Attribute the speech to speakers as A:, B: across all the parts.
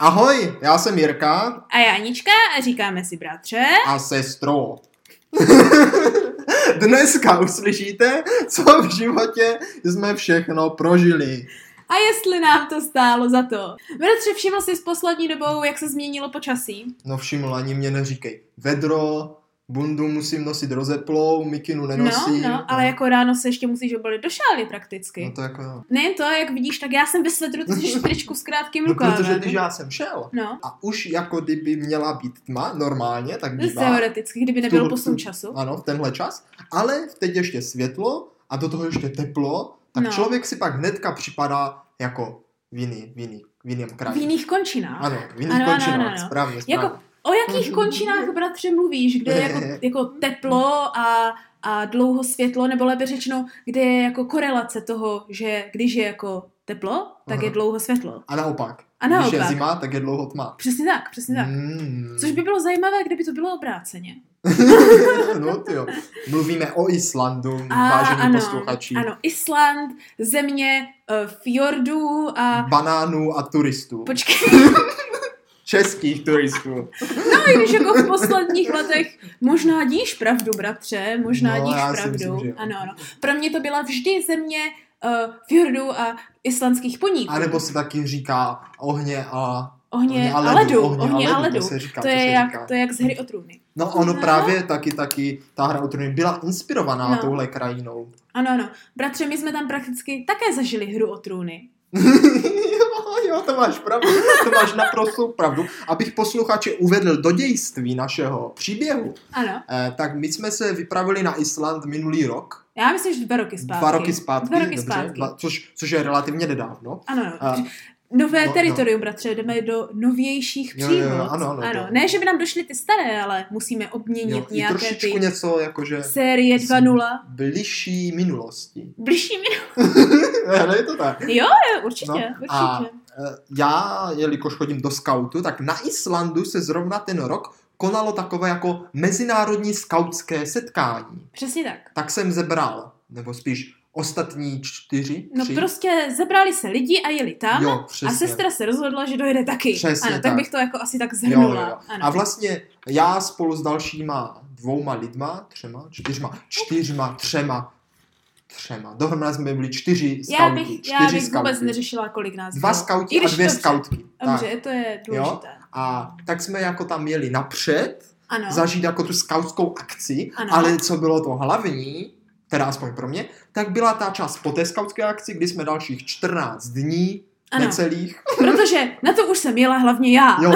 A: Ahoj, já jsem Jirka
B: A já Anička a říkáme si bratře.
A: a sestro. Dneska uslyšíte, co v životě jsme všechno prožili.
B: A jestli nám to stálo za to. Bratře, všiml jsi s poslední dobou, jak se změnilo počasí?
A: No všiml, ani mě neříkej. Vedro, bundu musím nosit rozeplou, mikinu nenosím.
B: no, no, ale jako ráno se ještě musíš obalit do šály prakticky.
A: No to jako jo.
B: Nejen to, jak vidíš, tak já jsem ve svetru, což v tričku s krátkým
A: No,
B: rukávem.
A: protože když já jsem šel
B: No,
A: a už jako kdyby měla být tma normálně, tak bývá.
B: teoreticky, kdyby nebyl
A: Tu- No,
B: posun
A: tu-
B: času.
A: Ano, v tenhle čas. Ale teď ještě světlo a do toho ještě teplo, tak
B: No.
A: no. člověk si pak hnedka připadá jako v jiný, v jiný, v jiném
B: V
A: kraji.
B: jiných končinách.
A: Ano, v jiných
B: Ano, ano,
A: končinách,
B: ano, ano.
A: správně, správně.
B: Jako, o jakých končinách, bratře, mluvíš? Kde je jako, jako teplo a, a dlouho světlo, nebo lépe řečeno, kde je jako korelace toho, že když je jako teplo, tak je
A: Aha.
B: dlouho světlo.
A: A naopak.
B: A
A: Když je
B: naopak.
A: zima, tak je dlouho tma.
B: Přesně tak, přesně tak.
A: Mm.
B: Což by bylo zajímavé, kdyby to bylo obráceně.
A: no ty jo. Mluvíme o Islandu,
B: A,
A: vážení
B: ano,
A: posluchači.
B: ano, Island, země eh, fjordů a...
A: Banánů a turistů.
B: Počkej,
A: Českých turistů.
B: no, i když jako v posledních letech možná díš pravdu, bratře, možná
A: No,
B: díš
A: já si
B: pravdu.
A: myslím, že jo.
B: ano, ano. Pro mě to byla vždy země uh, fjordů a islandských poníků.
A: A nebo se taky říká ohně a,
B: ohně a
A: a
B: ledu.
A: Ohně a ledu.
B: To,
A: To se říká,
B: je
A: se
B: jak,
A: říká.
B: to je jak z hry o trůny.
A: No ono
B: No.
A: právě taky, taky ta hra o trůny byla inspirovaná
B: No.
A: touhle krajinou.
B: Ano, ano. Bratře, my jsme tam prakticky také zažili hru o trůny.
A: jo, jo, to máš pravdu, to máš naprostou pravdu. Abych posluchače uvedl do dějství našeho příběhu,
B: Ano.
A: eh, tak my jsme se vypravili na Island minulý rok,
B: Já myslím, že dva roky zpátky.
A: dva roky zpátky,
B: Dva roky
A: dobře,
B: zpátky.
A: dva- což, což je relativně nedávno. Eh,
B: Ano, ano.
A: A-
B: Nové
A: no,
B: teritorium, bratře, jdeme do novějších
A: Jo, jo,
B: příhod.
A: jo, ano, ano,
B: ano.
A: to-
B: Ne, že by nám došly ty staré, ale musíme obměnit
A: Jo, I
B: nějaké
A: trošičku
B: ty
A: něco jako, jakože
B: série 2.0.
A: bližší minulosti.
B: Blížší mi.
A: Ale je to tak.
B: Jo, jo, určitě,
A: No,
B: určitě.
A: a- Eh, Já, jelikož chodím do skautu, tak na Islandu se zrovna ten rok konalo takové jako mezinárodní skautské setkání.
B: Přesně tak.
A: Tak jsem zebral, nebo spíš ostatní čtyři,
B: No
A: tři.
B: prostě zebrali se lidi a jeli tam.
A: jo,
B: A
A: přesně.
B: sestra se rozhodla, že dojede taky.
A: Přesně
B: ano, tak.
A: tak.
B: bych to jako asi tak
A: jo, jo,
B: zhrnula.
A: jo.
B: Ano.
A: A vlastně já spolu s dalšíma dvouma lidma, třema, čtyřma, čtyřma, třema, třema. Dohromady jsme byli čtyři skauti.
B: já bych,
A: čtyři
B: já bych
A: skauti.
B: vůbec neřešila, kolik nás
A: Dva
B: bylo. I
A: skauti a
B: když
A: dvě
B: dobře,
A: skautky. Tak.
B: Dobře, to je důležité.
A: A tak jsme jako tam jeli napřed
B: Ano.
A: zažít jako tu skautskou akci,
B: Ano.
A: ano. ale co bylo to hlavní, teda aspoň pro mě, tak byla ta část po té skautské akci, kdy jsme dalších 14 dní
B: Ano.
A: necelých,
B: Protože na to už jsem jela hlavně já.
A: jo,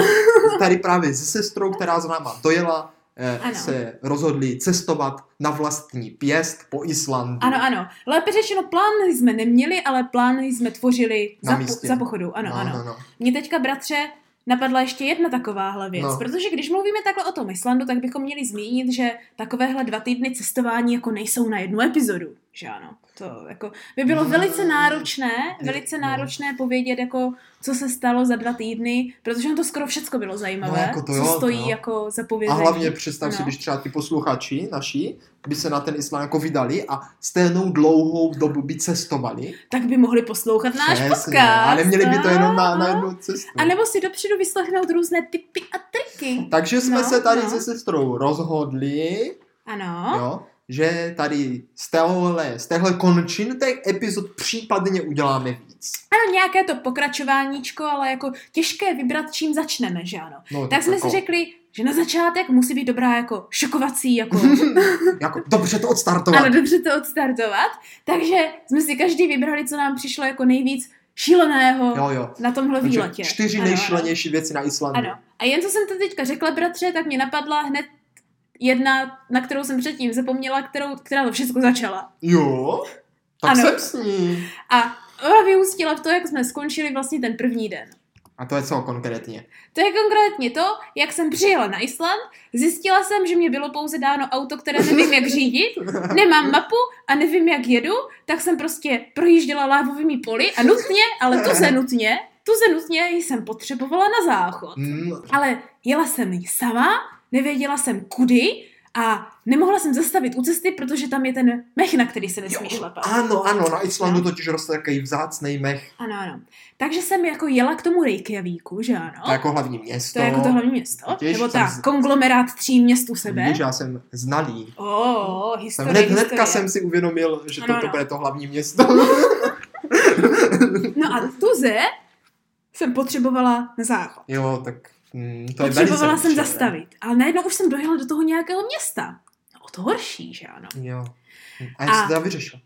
A: tady právě se sestrou, která z náma dojela, eh,
B: Ano.
A: se rozhodli cestovat na vlastní pěst po Islandu.
B: Ano, ano. Lépe řečeno, plány jsme neměli, ale plány jsme tvořili
A: Na
B: za, po,
A: místě.
B: za pochodu. Ano,
A: no,
B: ano.
A: No, no.
B: Mně teďka, bratře, napadla ještě jedna takováhle věc, no.
A: No.
B: protože když mluvíme takhle o tom Islandu, tak bychom měli zmínit, že takovéhle dva týdny cestování jako nejsou na jednu epizodu, že ano. To jako by bylo
A: No.
B: velice náročné,
A: Je-
B: velice
A: no.
B: náročné povědět jako, co se stalo za dva týdny, protože on to skoro všecko bylo zajímavé,
A: No, jako to
B: co
A: jo, to
B: stojí
A: jo.
B: jako za
A: A
B: povězení.
A: hlavně představ si,
B: No.
A: když třeba ty posluchači naši by se na ten Island jako vydali a stejnou dlouhou dobu by cestovali.
B: Tak by mohli poslouchat náš
A: Přesně,
B: podcast. no.
A: A neměli by to jenom na, na jednu cestu.
B: A nebo si dopředu vyslechnout různé tipy a triky.
A: Takže jsme
B: No,
A: no, se tady
B: no.
A: no. se sestrou rozhodli,
B: Ano.
A: no. jo, že tady z téhle, z téhle končin těch epizod případně uděláme víc.
B: Ano, nějaké to pokračováníčko, ale jako těžké vybrat, čím začneme, že ano.
A: No,
B: Tak jsme
A: jako,
B: si řekli, že na začátek musí být dobrá jako šokovací, jako
A: jako, dobře to odstartovat.
B: ano, dobře to odstartovat. Takže jsme si každý vybrali, co nám přišlo jako nejvíc šíleného
A: Jo, jo.
B: na tomhle
A: Takže
B: výletě.
A: čtyři
B: Ano,
A: nejšlenější věci na Islandu.
B: Ano. ano. A jen co jsem to teďka řekla, bratře, tak mě napadla hned jedna, na kterou jsem předtím zapomněla, kterou, která to všechno začala.
A: Jo? Tak
B: Ano.
A: jsem s ní.
B: A ona vyústila v to, jak jsme skončili vlastně ten první den.
A: A to je co konkrétně?
B: To je konkrétně to, jak jsem přijela na Island, zjistila jsem, že mě bylo pouze dáno auto, které nevím, jak řídit, nemám mapu a nevím, jak jedu, tak jsem prostě projížděla lávovými poli a nutně, ale tu se nutně, tu se nutně jsem potřebovala na záchod.
A: Hmm,
B: Ale jela jsem sama, nevěděla jsem kudy A nemohla jsem zastavit u cesty, protože tam je ten mech, na který se nesmí šlapat.
A: Ano, ano, na
B: No.
A: Islandu totiž roste takový vzácný mech,
B: Ano, ano. Takže jsem jako jela k tomu Reykjavíku, že ano?
A: to je jako hlavní město.
B: No. to je jako to hlavní město.
A: Vidíš,
B: nebo
A: jsem
B: ta
A: z-
B: konglomerát tří měst u sebe.
A: Vidíš, já jsem znalý.
B: O, oh,
A: Jsem
B: historie,
A: hned, hnedka
B: historie.
A: jsem si uvědomil, že
B: Ano,
A: toto
B: ano.
A: bude to hlavní město.
B: No a tuze jsem potřebovala na záchod.
A: jo, tak mm, to je velice
B: Potřebovala jsem
A: dobře, ne?
B: zastavit, ale najednou už jsem dojela do toho nějakého města. No, o to horší, že ano.
A: Jo. A jak jsi
B: A-
A: to teda vyřešil?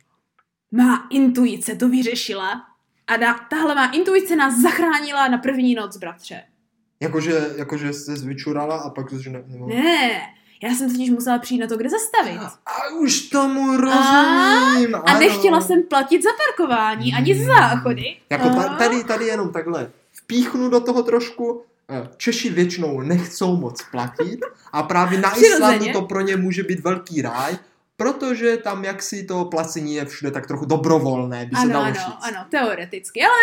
B: Má intuice to vyřešila a na, tahle má intuice nás zachránila na první noc, bratře.
A: Jakože, jakože jsi vyčurala a pak jsi, že ne, nebo...
B: Ne, já jsem totiž musela přijít na to, kde zastavit.
A: A už tomu rozumím.
B: A
A: Ah, ano.
B: nechtěla jsem platit za parkování ani za záchody. No,
A: Jako ta,
B: A-
A: tady, tady jenom takhle vpíchnu do toho trošku. Eh, Češi většinou nechcou moc platit a právě na
B: Přirozeně.
A: Islandu to pro ně může být velký ráj, protože tam jaksi to placení je všude tak trochu dobrovolné, by se
B: Ano,
A: dalo
B: ano,
A: říct.
B: ano, teoreticky. Ale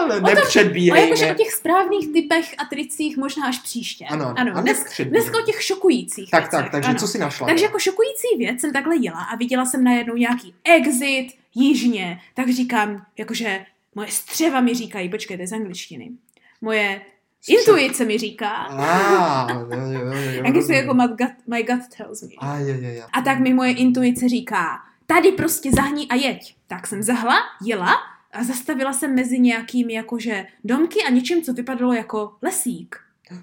A: Ale
B: tom- a jakože o
A: nepředbíhejme.
B: těch správných typech a tricích možná až příště.
A: Ano,
B: ano.
A: a
B: dnes,
A: nepředbíhejme.
B: dneska o těch šokujících
A: Tak,
B: věcech,
A: tak, takže
B: ano.
A: co si našla?
B: Takže jako šokující věc jsem takhle jela a viděla jsem najednou nějaký exit jižně, tak říkám, jakože moje střeva mi říkají, počkej, to je z angličtiny, moje intuice mi říká,
A: Ah, jo, jo, jo, jo,
B: jak se
A: rozumím.
B: jako my gut, my gut tells me.
A: Aj, je, je, je.
B: A tak mi moje intuice říká, tady prostě zahní a jeď. Tak jsem zahla, jela a zastavila jsem mezi nějakými jakože domky a něčím, co vypadalo jako lesík.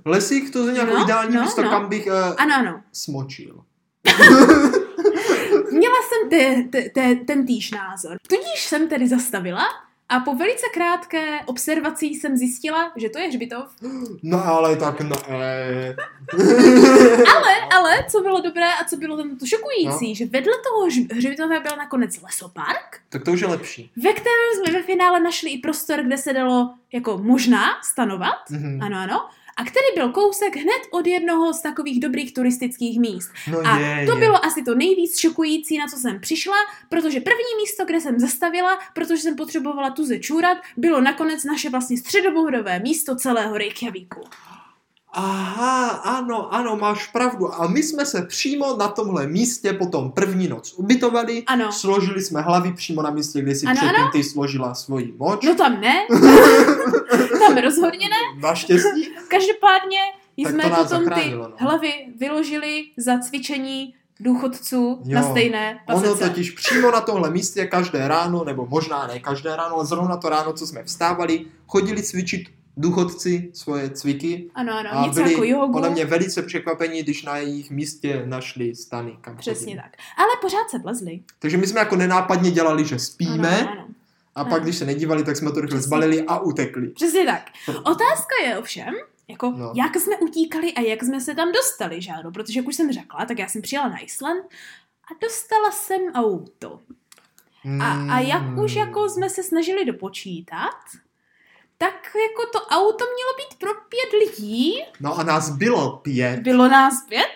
A: Lesík to je nějak
B: No,
A: ideální
B: no,
A: místo,
B: no.
A: kam bych eh,
B: Ano, ano.
A: smočil.
B: Měla jsem te, te, te, ten týž názor. Tudíž jsem tedy zastavila a po velice krátké observaci jsem zjistila, že to je hřbitov.
A: No ale tak ne.
B: Ale, ale, co bylo dobré a co bylo tam to šokující, že vedle toho hř- hřbitova byl nakonec lesopark,
A: Tak to už je lepší.
B: ve kterém jsme ve finále našli i prostor, kde se dalo jako možná stanovat.
A: Mhm.
B: Ano, ano. A který byl kousek hned od jednoho z takových dobrých turistických míst.
A: No
B: A
A: je,
B: to
A: je.
B: bylo asi to nejvíc šokující, na co jsem přišla, protože první místo, kde jsem zastavila, protože jsem potřebovala tu zečůrat, bylo nakonec naše vlastně středobohodové místo celého Reykjavíku.
A: Aha, ano, ano, máš pravdu. A my jsme se přímo na tomhle místě potom první noc ubytovali.
B: Ano.
A: Složili jsme hlavy přímo na místě, kde si
B: Ano,
A: předtím ty složila svoji moč.
B: No tam ne, tam rozhodně ne.
A: Naštěstí.
B: Každopádně
A: Tak
B: jsme
A: to nás
B: potom ty
A: zachránilo, no.
B: hlavy vyložili za cvičení důchodců na
A: Jo.
B: stejné pasece.
A: Ono totiž přímo na tohle místě každé ráno, nebo možná ne každé ráno, ale zrovna to ráno, co jsme vstávali, chodili cvičit důchodci svoje cviky.
B: Ano, ano,
A: A
B: něco jako
A: byli
B: jogu.
A: podle mě velice překvapení, když na jejich místě našli stany, kam
B: Přesně
A: chodili.
B: tak. Ale pořád se plezli.
A: Takže my jsme jako nenápadně dělali, že
B: Ano,
A: spíme,
B: ano.
A: A pak, když se nedívali, tak jsme to rychle
B: Přesně.
A: zbalili a utekli.
B: Přesně tak. Otázka je ovšem, jako
A: Hm. No.
B: no. jak jsme utíkali a jak jsme se tam dostali, že ano? Protože jak už jsem řekla, tak já jsem přijela na Island a dostala jsem auto. A, a
A: Hmm.
B: jak už jako jsme se snažili dopočítat, tak jako to auto mělo být pro pět lidí,
A: No a nás bylo pět.
B: bylo nás pět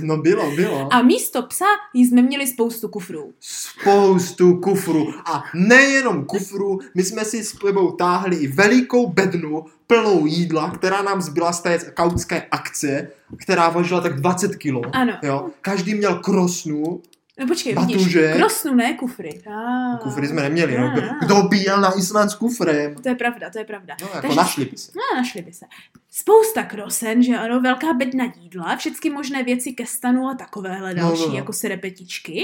A: No bylo, bylo.
B: a místo psa jsme měli spoustu kufrů.
A: Spoustu kufru. A nejenom kufru, my jsme si s sebou táhli i velikou bednu plnou jídla, která nám zbyla z té kautské akce, která vážila tak 20 kilo.
B: Ano.
A: Jo, každý měl krosnu,
B: No počkej,
A: Batuže.
B: vidíš, krosnu, ne kufry. Ah.
A: kufry jsme neměli, no.
B: Ah.
A: Kdo pijel na Island s kufrem?
B: To je pravda, to je pravda.
A: No, jako
B: Takže-
A: našli by se.
B: No, našli by se. Spousta krosen, že ano, velká bedna jídla, všechny možné věci ke stanu a takovéhle
A: No, no,
B: další,
A: no.
B: jako serepetičky.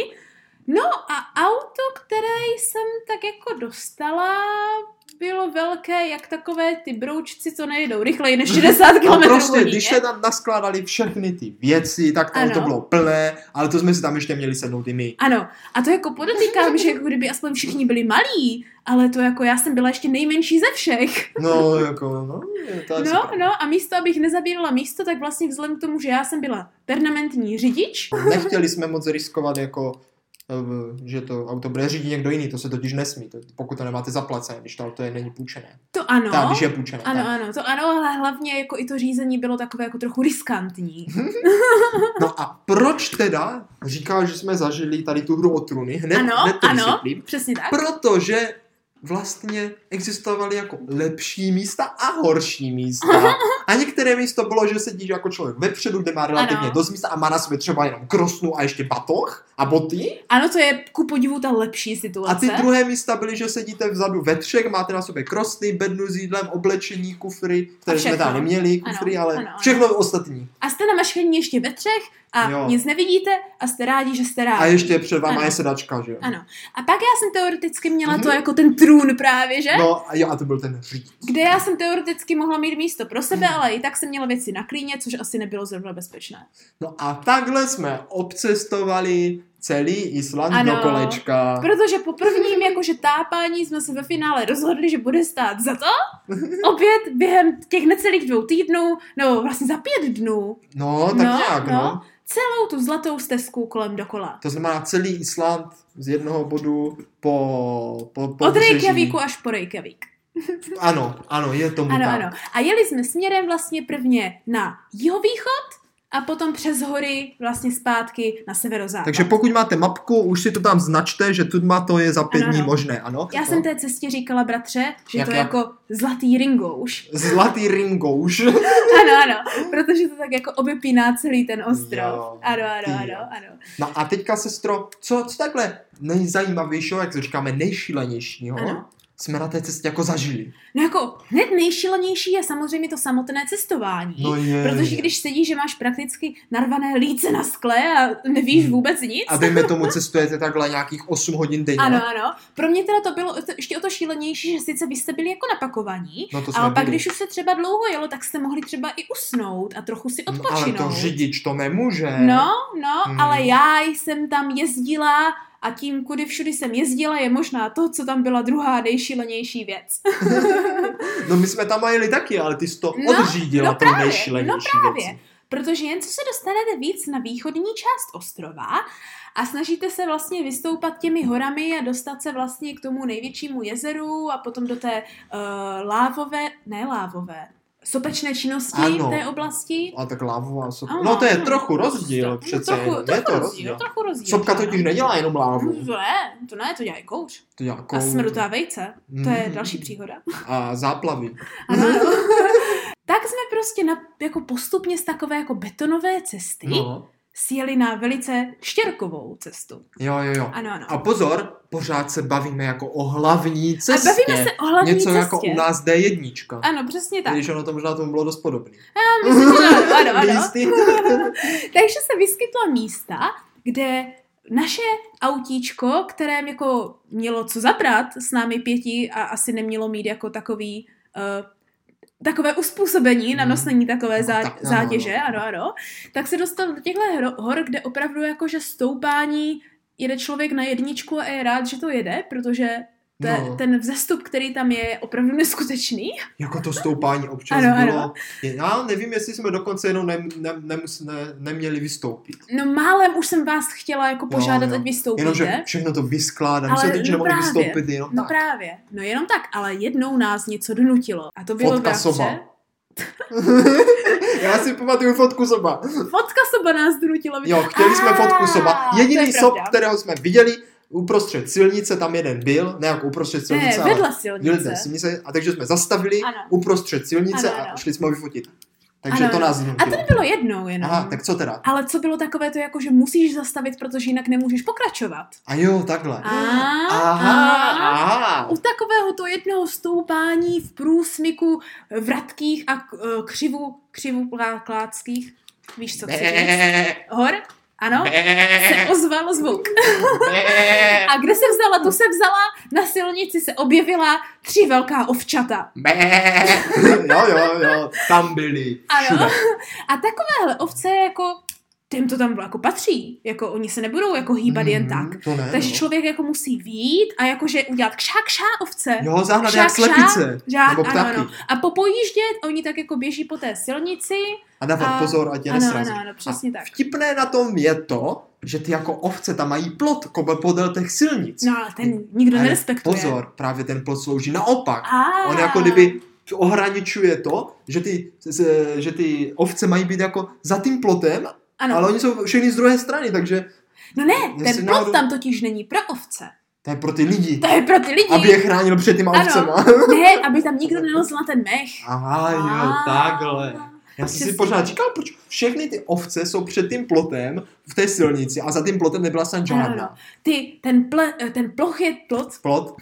B: No a auto, které jsem tak jako dostala, bylo velké, jak takové ty broučci, co nejedou rychleji než 60 km
A: No prostě,
B: hodině.
A: když se tam naskládali všechny ty věci, tak tam
B: Ano.
A: to bylo plné, ale to jsme si tam ještě měli sednout i my.
B: Ano, a to jako podotýkám, že jako kdyby aspoň všichni byli malí, ale to jako já jsem byla ještě nejmenší ze všech.
A: No, jako, no, je to asi
B: No,
A: pravda.
B: no a místo, abych nezabírala místo, tak vlastně vzhledem k tomu, že já jsem byla permanentní řidič,
A: Nechtěli jsme moc riskovat, jako, eh, že to auto bude řídit někdo jiný, to se totiž nesmí, to, pokud to nemáte zaplacené, když to auto je není půjčené.
B: to ano.
A: Tak, když je půjčené.
B: No, Ano,
A: tak.
B: ano, to ano, ale hlavně jako i to řízení bylo takové jako trochu riskantní.
A: No a proč teda říkal, že jsme zažili tady tu hru o trůny? Hned,
B: Ano,
A: hned to
B: ano,
A: vysvětlím.
B: přesně tak.
A: Protože vlastně existovaly jako lepší místa a horší místa. A některé místo bylo, že sedíš jako člověk vepředu, kde má relativně
B: Ano.
A: dost místa a má na sobě třeba jenom krosnu a ještě batoh a boty.
B: Ano, to je ku podivu ta lepší
A: A
B: situace.
A: ty druhé místa byly, že sedíte vzadu ve třech, máte na sobě krosny, bednu s jídlem, oblečení, kufry, které jsme
B: všechno.
A: tam neměli, kufry,
B: Ano,
A: ale
B: ano, ano.
A: všechno ostatní.
B: a jste na maškaní ještě ve třech a
A: Jo.
B: jo. nic nevidíte a jste rádi, že jste rádi.
A: A ještě před váma
B: Ano.
A: je sedačka, že jo?
B: Ano. A pak já jsem teoreticky měla to
A: Mhm.
B: jako ten trůn právě, že?
A: No a jo, a to byl ten řík.
B: Kde já jsem teoreticky mohla mít místo pro sebe, ale i tak jsem měla věci na klíně, což asi nebylo zrovna bezpečné.
A: No a takhle jsme obcestovali celý Island
B: Ano.
A: do kolečka.
B: Protože po prvním jakože tápání jsme se ve finále rozhodli, že bude stát za to. Opět během těch necelých dvou týdnů, no vlastně za pět dnů,
A: No, tak
B: No,
A: nějak, no.
B: no. celou tu zlatou stezku kolem dokola.
A: To znamená celý Island z jednoho bodu po, po, po
B: Od
A: břeží.
B: Reykjavíku až po Reykjavík.
A: Ano, ano, je tomu
B: Ano,
A: tak.
B: ano. A jeli jsme směrem vlastně prvně na jihovýchod a potom přes hory vlastně zpátky na severozápad.
A: Takže pokud máte mapku, už si to tam značte, že tudma to je za pět
B: Ano,
A: dní
B: ano.
A: možné, ano?
B: Já
A: No.
B: jsem té cestě říkala, bratře, že
A: Jak
B: to je
A: já?
B: jako zlatý ringouš.
A: Zlatý ringouš.
B: Ano, ano, protože to tak jako obepíná celý ten ostrov.
A: Jo,
B: ano, ano,
A: ty jo.
B: ano, ano.
A: No a teďka, sestro, co, co takhle nejzajímavějšího, jak to říkáme, nejšílenějšího,
B: Ano.
A: jsme na té cestě jako zažili.
B: No jako hned nejšilenější je samozřejmě to samotné cestování.
A: No je.
B: Protože když sedíš, že máš prakticky narvané líce na skle a nevíš
A: Hmm.
B: vůbec nic.
A: A dejme tomu, cestujete takhle nějakých 8 hodin denně.
B: Ano, ano. Pro mě teda to bylo o to- ještě o to šílenější, že sice vy jste byli jako napakovaní,
A: No to jsme
B: ale pak,
A: byli.
B: když už se třeba dlouho jelo, tak jste mohli třeba i usnout a trochu si
A: No, ale
B: odpočinout.
A: to řidič to nemůže.
B: No, no,
A: Hmm.
B: hmm. ale já jsem tam jezdila a tím, kudy všudy jsem jezdila, je možná to, co tam byla druhá nejšílenější věc.
A: No my jsme tam jeli taky, ale ty jsi to
B: No,
A: odřídila
B: no
A: tou
B: právě,
A: nejšílenější
B: no právě.
A: věcí.
B: Protože jen co se dostanete víc na východní část ostrova a snažíte se vlastně vystoupat těmi horami a dostat se vlastně k tomu největšímu jezeru a potom do té uh, lávové, ne lávové, sopečné činnosti
A: Ano.
B: ano. té oblasti.
A: A tak lávu a sopka.
B: Ano,
A: No to je
B: ano. No,
A: trochu rozdíl přece.
B: trochu,
A: jenom.
B: trochu
A: je to
B: rozdíl, trochu rozdíl.
A: Sopka
B: ano.
A: totiž nedělá jenom lávu.
B: To ne, to ne, to dělá i kouř.
A: To dělá
B: Mhm. A
A: kouli.
B: smrutá vejce, to je
A: Mm.
B: další příhoda.
A: A záplavy.
B: Ano, ano. tak jsme prostě na, jako postupně z takové jako betonové cesty
A: No.
B: sjeli na velice štěrkovou cestu.
A: Jo, jo, jo.
B: Ano, ano.
A: A pozor, pořád se bavíme jako o hlavní cestě.
B: A bavíme se o hlavní
A: Něco
B: cestě.
A: jako u nás D1.
B: Ano, přesně tak.
A: Když ono to možná tomu bylo dost podobné.
B: Já myslím, že ano, ano, ano.
A: Nejistý?
B: Takže se vyskytla místa, kde naše autíčko, které jako mělo co zabrat s námi pěti a asi nemělo mít jako takový uh, takové uspůsobení na
A: Mhm.
B: noslení takové
A: No,
B: zá,
A: tak ano,
B: zátěže,
A: ano.
B: ano, ano, tak se dostal do těchto hro- hor, kde opravdu jakože stoupání jede člověk na jedničku a je rád, že to jede, protože te,
A: No,
B: ten vzestup, který tam je, je opravdu neskutečný.
A: jako to stoupání občas
B: Ano, ano.
A: bylo. Já nevím, jestli jsme dokonce jenom ne, ne, nemus, ne, neměli vystoupit.
B: No málem už jsem vás chtěla jako požádat,
A: No, jo.
B: ať vystoupíte.
A: Jenomže všechno to vyskládám,
B: Ale
A: se teď, že
B: no
A: nemohli
B: právě.
A: vystoupit jenom
B: No
A: tak.
B: právě, no jenom tak, ale jednou nás něco donutilo. A to bylo
A: Fotka
B: bratře.
A: soba. Já si pamatuju fotku soba.
B: Fotka soba nás donutila.
A: Jo, chtěli jsme
B: Ah,
A: fotku soba.
B: to je
A: Jediný
B: pravda.
A: sob, kterého jsme viděli, uprostřed silnice, tam jeden byl, ne jako uprostřed silnice,
B: Ne,
A: ale
B: vedle
A: vedle
B: silnice.
A: silnice, a takže jsme zastavili
B: Ano.
A: uprostřed silnice
B: Ano,
A: a
B: ano.
A: šli jsme ho vyfotit. Takže
B: Ano,
A: to
B: ano.
A: nás
B: A to
A: znutilo.
B: nebylo jednou jenom.
A: Aha, tak co teda?
B: Ale co bylo takové to jako, že musíš zastavit, protože jinak nemůžeš pokračovat.
A: A jo, takhle.
B: A,
A: Aha,
B: a,
A: aha.
B: U takového to jednoho stoupání v průsmyku vratkých a k- eh, křivu, křivu klá- kláckých, víš co chci říct?
A: Bé,
B: Hor? Ano?
A: bé,
B: Se ozval zvuk.
A: bé,
B: A kde se vzala? Tu se vzala, na silnici se objevila tři velká ovčata.
A: bé. Jo, jo, jo, tam byli.
B: Ano.
A: Všude.
B: A takovéhle ovce jako, těm to tam jako patří, jako oni se nebudou jako hýbat jen
A: Mhm,
B: tak.
A: To ne,
B: Takže
A: no.
B: člověk jako musí vít a jakože udělat kšá kšá ovce.
A: Jo, zahnat
B: Šak,
A: jak slepice.
B: Žád,
A: Nebo
B: ano,
A: ptáky.
B: ano. A po pojíždět, oni tak jako běží po té silnici.
A: A dávat
B: A-
A: pozor, ať je
B: ano,
A: nesrazí.
B: ano, ano, přesně tak.
A: Vtipné na tom je to, že ty jako ovce tam mají plot kobe podél těch silnic.
B: No ale ten nikdo
A: Ale
B: nerespektuje.
A: Pozor, právě ten plot slouží naopak.
B: A.
A: On jako kdyby ohraničuje to, že ty, z- že ty ovce mají být jako za tím plotem,
B: Ano.
A: ale oni jsou všechny z druhé strany, takže
B: No ne,
A: Jestli
B: ten plot
A: náhodou-
B: tam totiž není pro ovce.
A: To je pro ty lidi.
B: To je pro ty lidi.
A: Aby je chránil před těma
B: Ano.
A: ovcema.
B: Ne, aby tam nikdo nelezl na ten mech.
A: Aha, jo, takhle. Já jsem si
B: Přesně.
A: pořád říkal, proč všechny ty ovce jsou před tím plotem v té silnici a za tím plotem nebyla snad
B: Ano,
A: žádná.
B: Ty, ten, ple, eh, ten ploch je plot,
A: Plot?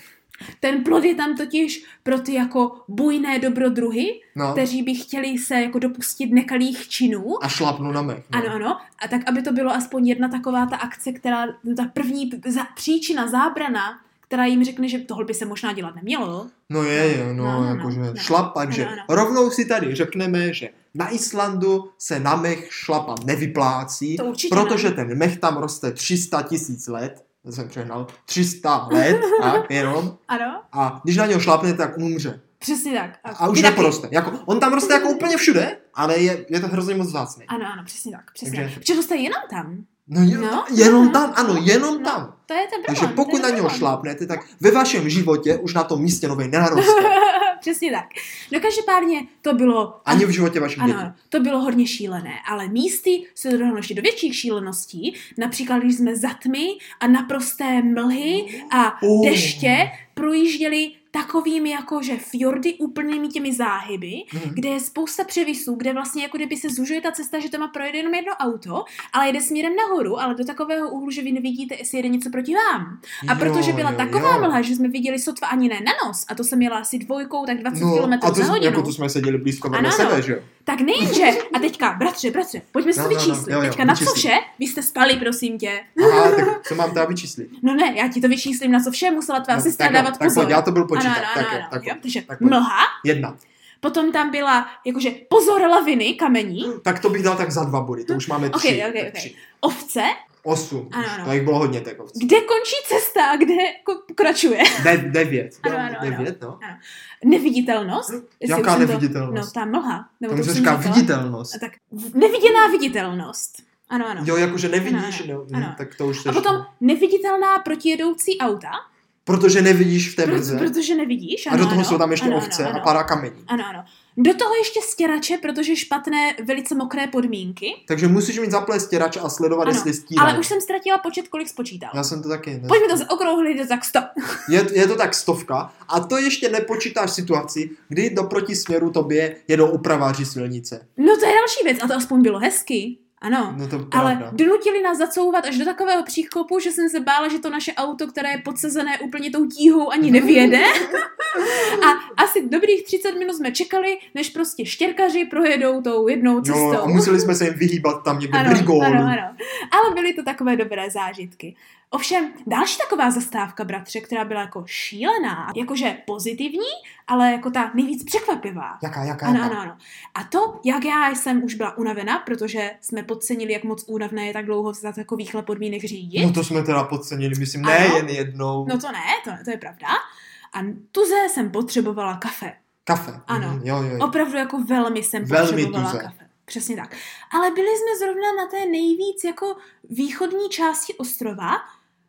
B: ten plot je tam totiž pro ty jako bujné dobrodruhy,
A: No.
B: kteří by chtěli se jako dopustit nekalých činů.
A: A šlapnu na mech. No.
B: Ano, ano. A tak, aby to bylo aspoň jedna taková ta akce, která, ta první p- za, příčina, zábrana, která jim řekne, že tohle by se možná dělat nemělo.
A: No je, je, no,
B: No,
A: no
B: no, no,
A: jakože
B: no.
A: šlapat, že
B: Ano,
A: rovnou si tady řekneme, že na Islandu se na mech šlapat nevyplácí,
B: To určitě
A: protože ten mech tam roste 300 tisíc let, to jsem přehnal, 300 let, tak jenom,
B: Ano,
A: a když na něho šlapne, tak umře.
B: přesně tak.
A: A už
B: ty taky.
A: neproste. Jako, on tam roste jako úplně všude, ale je, je to hrozně moc vzácný.
B: Ano, ano, přesně tak. Přesně.
A: Takže-
B: Takže... Protože roste jenom tam.
A: No, je,
B: No.
A: jenom tam, ano, jenom
B: No.
A: tam.
B: To je ten problém.
A: Takže
B: to
A: pokud
B: je
A: na
B: ten
A: něho
B: problém.
A: šlápnete, tak ve vašem životě už na tom místě novej nenaroste.
B: Přesně tak. No každopádně to bylo...
A: Ani v životě vašich
B: Ano,
A: dětí.
B: ano, to bylo hodně šílené, ale místy se to dohnalo ještě do větších šíleností, například když jsme za tmy a naprosté mlhy a
A: Oh.
B: deště projížděli takovými jakože fjordy úplnými těmi záhyby,
A: Mhm.
B: kde je spousta převisů, kde vlastně jako kdyby se zužuje ta cesta, že tam projede jenom jedno auto, ale jede směrem nahoru, ale do takového úhlu, že vy nevidíte, jestli jede něco proti vám. A
A: Jo,
B: protože byla
A: jo,
B: taková
A: jo.
B: mlha, že jsme viděli sotva ani ne na nos, a to jsem jela asi dvojkou, tak 20
A: No,
B: km
A: a to,
B: za
A: jsme-
B: hodinu.
A: jako to jsme seděli blízko vedle
B: Ano,
A: sebe,
B: ano.
A: že jo?
B: Tak nejenže, a teďka, bratře, bratře, pojďme si
A: No,
B: to
A: no, no,
B: vyčíslit.
A: jo, jo,
B: teďka na co
A: vyčíslit.
B: vše? Vy jste spali, prosím tě.
A: Aha, tak co mám teda vyčíslit?
B: No ne, já ti to vyčíslím, na co vše musela tvá
A: No,
B: sestra
A: tak jo,
B: dávat
A: tak
B: pozor.
A: pojď, já to byl
B: ano,
A: počítat.
B: ano,
A: tak
B: ano,
A: jo,
B: ano,
A: tak
B: jo,
A: jo.
B: takže
A: tak pojď.
B: mlha,
A: Jedna.
B: potom tam byla, jakože pozor laviny, kamení,
A: Tak to bych dal tak za dva body, to už máme
B: Ok,
A: tři.
B: ok,
A: tak
B: ok.
A: tři.
B: ovce,
A: Osm,
B: Ano,
A: už,
B: ano.
A: to jich bylo hodně těch ovcí.
B: kde končí cesta a kde ko- pokračuje.
A: De, devět.
B: Ano,
A: jo,
B: ano, ano.
A: devět, no.
B: Neviditelnost. jestli
A: Hmm. Jaká
B: už jsem To, no
A: neviditelnost?
B: ta mlha. Nebo
A: Tomu
B: už
A: se
B: jsem
A: říká
B: říkala.
A: viditelnost.
B: A Tak v- neviděná viditelnost. Ano, ano.
A: Jo, jakože nevidíš,
B: Ano, ano,
A: no, hm,
B: ano.
A: tak to už
B: A
A: seš-
B: potom neviditelná protijedoucí auta,
A: Protože nevidíš v té
B: proto,
A: mrze.
B: protože nevidíš.
A: A
B: Ano,
A: do toho
B: ano,
A: jsou tam ještě
B: ano,
A: ovce
B: ano,
A: a
B: ano.
A: pár kamení.
B: Ano, ano. Do toho ještě stěrače, protože špatné, velice mokré podmínky.
A: Takže musíš mít zaplést stěrač a sledovat,
B: Ano,
A: jestli
B: Tíra.
A: stíráš.
B: Ale už jsem ztratila počet, kolik spočítal.
A: Já jsem to taky. Ne...
B: Pojďme to zaokrouhlit, do tak 100.
A: Je, je to tak stovka a to ještě nepočítáš situaci, kdy do protisměru tobě jedou upraváři silnice.
B: No to je další věc, a to aspoň bylo hezky. Ano.
A: No to je
B: Ale
A: pravda.
B: donutili nás zacouvat až do takového příkopu, že jsem se bála, že to naše auto, které je podsazené úplně tou tíhou, ani nevěde. A asi dobrých 30 minut jsme čekali, než prostě štěrkaři projedou tou jednou cestou.
A: Jo, a museli jsme se jim vyhýbat tam někde v
B: ano,
A: rigolu.
B: ano, ano. Ale byly to takové dobré zážitky. Ovšem, další taková zastávka, bratře, která byla jako šílená, jakože pozitivní, ale jako ta nejvíc překvapivá.
A: Jaká, jaká,
B: Ano,
A: jaká?
B: ano, ano. A to, jak já jsem už byla unavená, protože jsme podcenili, jak moc únavné je tak dlouho za takovýchhle podmínek řídit.
A: No to jsme teda podcenili, myslím, ne
B: Ano.
A: jen jednou.
B: No to ne, to, to je pravda. A tuze jsem potřebovala kafe.
A: Kafe.
B: Ano.
A: Mhm, Jo, jo, jo.
B: Opravdu jako velmi jsem
A: Velmi
B: potřebovala
A: tuze.
B: kafe. Přesně tak. Ale byli jsme zrovna na té nejvíc jako východní části ostrova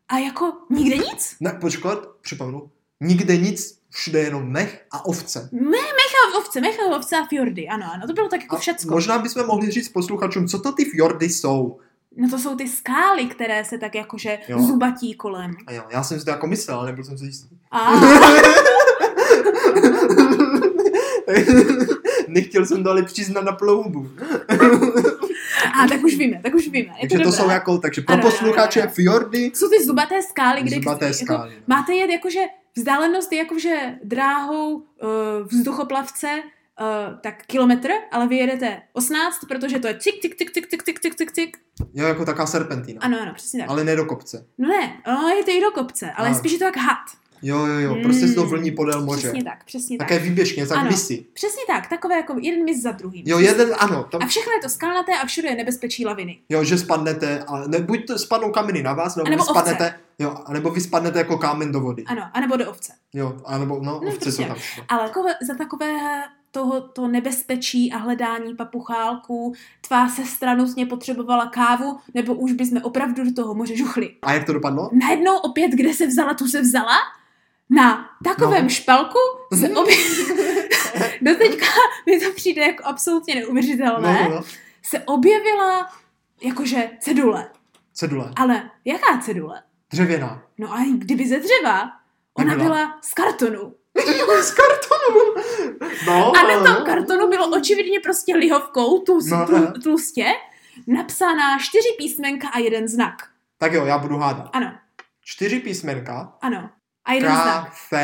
B: a jako nikde nic.
A: Ne, počkat, připomenu. Nikde nic, všude jenom mech a ovce.
B: Mechal ovce, mechal ovce a fjordy, ano, ano, to bylo tak jako
A: A
B: všecko.
A: možná bychom mohli říct posluchačům, co to ty fjordy jsou.
B: No to jsou ty skály, které se tak jakože
A: Jo.
B: zubatí kolem.
A: A já, já jsem si to jako myslel, ale nebyl jsem si jistý.
B: A
A: Nechtěl jsem to ale přiznat na ploubu.
B: Jako A tak už víme, tak už víme. Je
A: Takže to
B: dobré.
A: jsou jako, takže pro
B: Ano, ano,
A: posluchače
B: ano.
A: fjordy,
B: Jsou ty zubaté skály, kde
A: zubaté
B: jako,
A: skály. no.
B: máte jet jakože vzdálenost je jakože dráhou uh, vzduchoplavce uh, tak kilometr, ale vy jedete 18, protože to je cik, cik, cik, cik, cik, cik, cik, cik, cik.
A: Jo, jako taká serpentina.
B: Ano, ano, přesně tak.
A: Ale ne do kopce.
B: No ne, no, je to i do kopce, ale
A: Ano.
B: spíš je to jak had.
A: Jo, jo, jo,
B: Mm.
A: prostě se to vlní podél moře.
B: Přesně tak, přesně tak.
A: Také výběžně, tak
B: Ano.
A: kdysi.
B: Přesně tak, takové jako jeden mis za druhým.
A: Jo, jeden, ano, tam,
B: A všechno je to skalnaté a všude je nebezpečí laviny.
A: jo, že spadnete, ale ne, buď to spadnou kameny na vás, nebo,
B: A nebo
A: vy spadnete, jo, nebo vy spadnete jako kámen do vody.
B: Ano, anebo do ovce.
A: Jo, anebo, no,
B: No,
A: ovce jsou
B: prostě.
A: tam. všude.
B: Ale jako za takové toho, to nebezpečí a hledání papuchálků, tvá sestra nutně potřebovala kávu, nebo už bychom opravdu do toho moře žuchli.
A: A jak to dopadlo?
B: Najednou opět, kde se vzala, tu se vzala. Na takovém
A: No. Mhm.
B: no. špalku se obje- doteďka mi to přijde jako absolutně neuvěřitelné,
A: No, no, no.
B: se objevila jakože cedule.
A: Cedule.
B: Ale jaká cedule?
A: Dřevěná.
B: No a kdyby ze dřeva, ona
A: Nebyla.
B: byla z kartonu.
A: Z kartonu. No,
B: A na tom
A: ale-
B: kartonu bylo očividně prostě lihovkou, tu,
A: No,
B: tu,
A: eh.
B: tlustě, napsaná čtyři písmenka a jeden znak.
A: Tak jo, já budu hádat.
B: Ano,
A: Čtyři písmenka.
B: ano. A jeden znak.
A: K, F,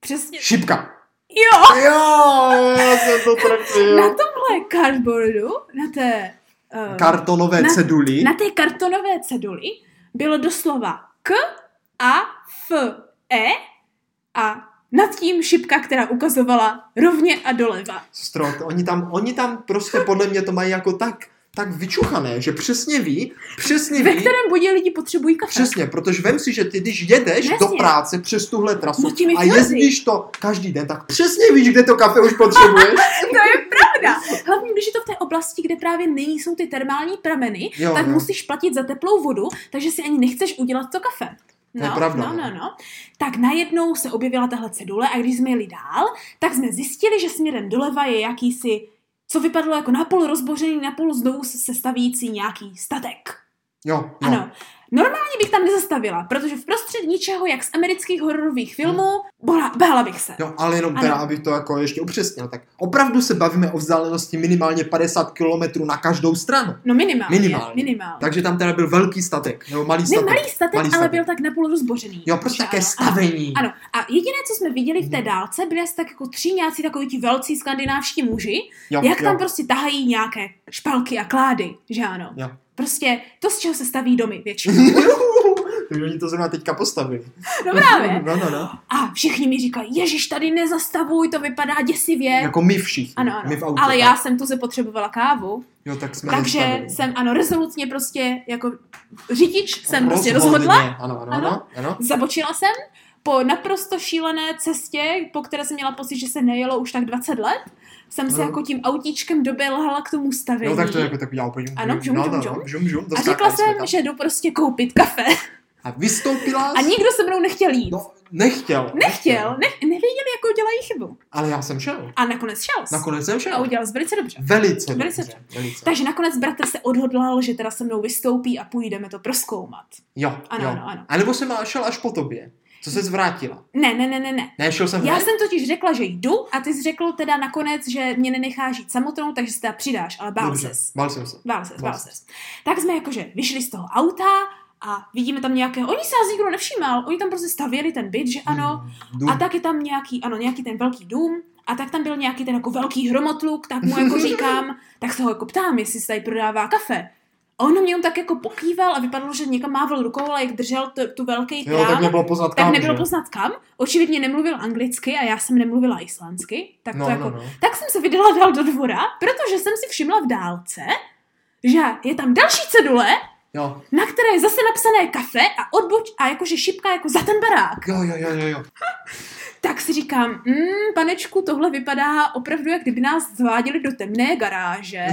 B: Přesně.
A: šipka.
B: Jo!
A: Jo, já jsem to
B: Na
A: trefil.
B: tomhle cardboardu, na té, eh,
A: Kartonové
B: Na-
A: ceduly.
B: na té kartonové ceduli bylo doslova K, A, F, E a nad tím šipka, která ukazovala rovně a doleva.
A: Sestro, to oni tam, oni tam prostě podle mě to mají jako tak, tak vyčuchané, že přesně ví, přesně
B: Ve
A: ví,
B: kterém bodě lidi potřebují kafe.
A: přesně, protože vem si, že ty když jedeš
B: Jasně.
A: do práce přes tuhle trasu
B: No tím je
A: a
B: hrozný.
A: jezdíš to každý den, tak přesně víš, kde to kafe už potřebuješ.
B: Pravda. Hlavně, když je to v té oblasti, kde právě nejsou ty termální prameny,
A: Jo,
B: tak
A: jo.
B: musíš platit za teplou vodu, takže si ani nechceš udělat to kafe.
A: To
B: No,
A: je pravda,
B: no,
A: no.
B: no, no. Tak najednou se objevila tahle cedule a když jsme jeli dál, tak jsme zjistili, že směrem doleva je jakýsi, co vypadalo jako napůl rozbořený, napůl znovu se stavící nějaký statek.
A: Jo, jo.
B: Ano. Normálně bych tam nezastavila, protože v prostřed ničeho, jak z amerických hororových filmů, bola, bála bych se.
A: Hmm. Jo, ale jenom teda,
B: Ano.
A: abych to jako ještě upřesnil, tak opravdu se bavíme o vzdálenosti minimálně 50 kilometrů na každou stranu.
B: No minimálně.
A: Minimálně.
B: minimálně.
A: Takže tam teda byl velký statek, nebo malý
B: Ne,
A: statek.
B: malý statek,
A: Malý
B: ale
A: statek.
B: byl tak napůl rozbořený.
A: Jo, prostě
B: Takže
A: také
B: ano,
A: stavení.
B: Ano, Ano. a jediné, co jsme viděli v té dálce, byli asi tak jako tři nějací takoví ti velcí skandinávští muži,
A: Jo,
B: jak
A: jo.
B: tam prostě tahají nějaké špalky a klády, že ano.
A: Jo.
B: Prostě to, z čeho se staví domy většinou.
A: Takže oni to zrovna teďka postavili.
B: No právě.
A: No, no, no.
B: A všichni mi říkají, ježiš, tady nezastavuj, to vypadá děsivě.
A: Jako my všichni.
B: Ano, ano.
A: My v autě.
B: ale já jsem tu se potřebovala kávu,
A: Jo, tak jsme
B: takže
A: zastavili.
B: jsem, ano, rezolutně prostě jako řidič jsem prostě
A: Rozhodně.
B: rozhodla,
A: Ano, ano,
B: Ano.
A: ano. ano.
B: Zabočila jsem po naprosto šílené cestě, po které jsem měla pocit, že se nejelo už tak 20 let. Jsem se
A: No.
B: jako tím autíčkem dobělhala k tomu stavení.
A: Jo, tak to jako tak udělal. pojď,
B: Ano,
A: pojď,
B: žum,
A: no,
B: žum,
A: no,
B: žum.
A: no, žum, žum,
B: a řekla
A: doskakali jsme
B: jsem,
A: tam.
B: že jdu prostě koupit kafe.
A: A vystoupila
B: A nikdo se mnou nechtěl jít.
A: No, nechtěl.
B: Nechtěl, ne, nevěděl, jakou dělají chybu.
A: Ale já jsem šel.
B: A nakonec šel. jsi.
A: Nakonec jsem
B: A
A: šel.
B: udělal jsi velice dobře.
A: Velice,
B: Velice
A: dobře. Velice.
B: Takže nakonec bratr se odhodlal, že teda se mnou vystoupí a půjdeme to proskoumat.
A: Jo,
B: Ano,
A: jo.
B: ano, ano.
A: A nebo jsem má- šel až po tobě. Co se zvrátila?
B: Ne, ne, ne, ne, ne.
A: Ne, šel jsem
B: Já
A: hned?
B: jsem totiž řekla, že jdu a ty jsi řekl teda nakonec, že mě nenecháš jít samotnou, takže se teda přidáš, ale bál
A: Dobře,
B: ses.
A: Bál jsem se.
B: Bál ses,
A: Bál
B: bál ses. Tak jsme jakože vyšli z toho auta a vidíme tam nějaké, oni se nás nikdo nevšímal, oni tam prostě stavěli ten byt, že ano,
A: Hmm, jdu.
B: a tak je tam nějaký, ano, nějaký ten velký dům, a tak tam byl nějaký ten jako velký hromotluk, tak mu jako říkám, tak se ho jako ptám, jestli se tady prodává kafe. A on na mě jen tak jako pokýval a vypadalo, že někam mávil rukou, ale jak držel t- tu velký krám,
A: Jo, tak nebylo poznat
B: tak
A: kam,
B: nebylo
A: že?
B: poznat kam. Očividně nemluvil anglicky a já jsem nemluvila islandsky. Tak, to
A: No,
B: jako...
A: no, no.
B: tak jsem se vydala dál do dvora, protože jsem si všimla v dálce, že je tam další cedule,
A: Jo,
B: na které je zase napsané kafe a odboč a jakože šipka jako za ten barák.
A: jo, jo, jo, jo. jo.
B: Tak si říkám, mm, panečku, tohle vypadá opravdu, jak kdyby nás zváděli do temné garáže.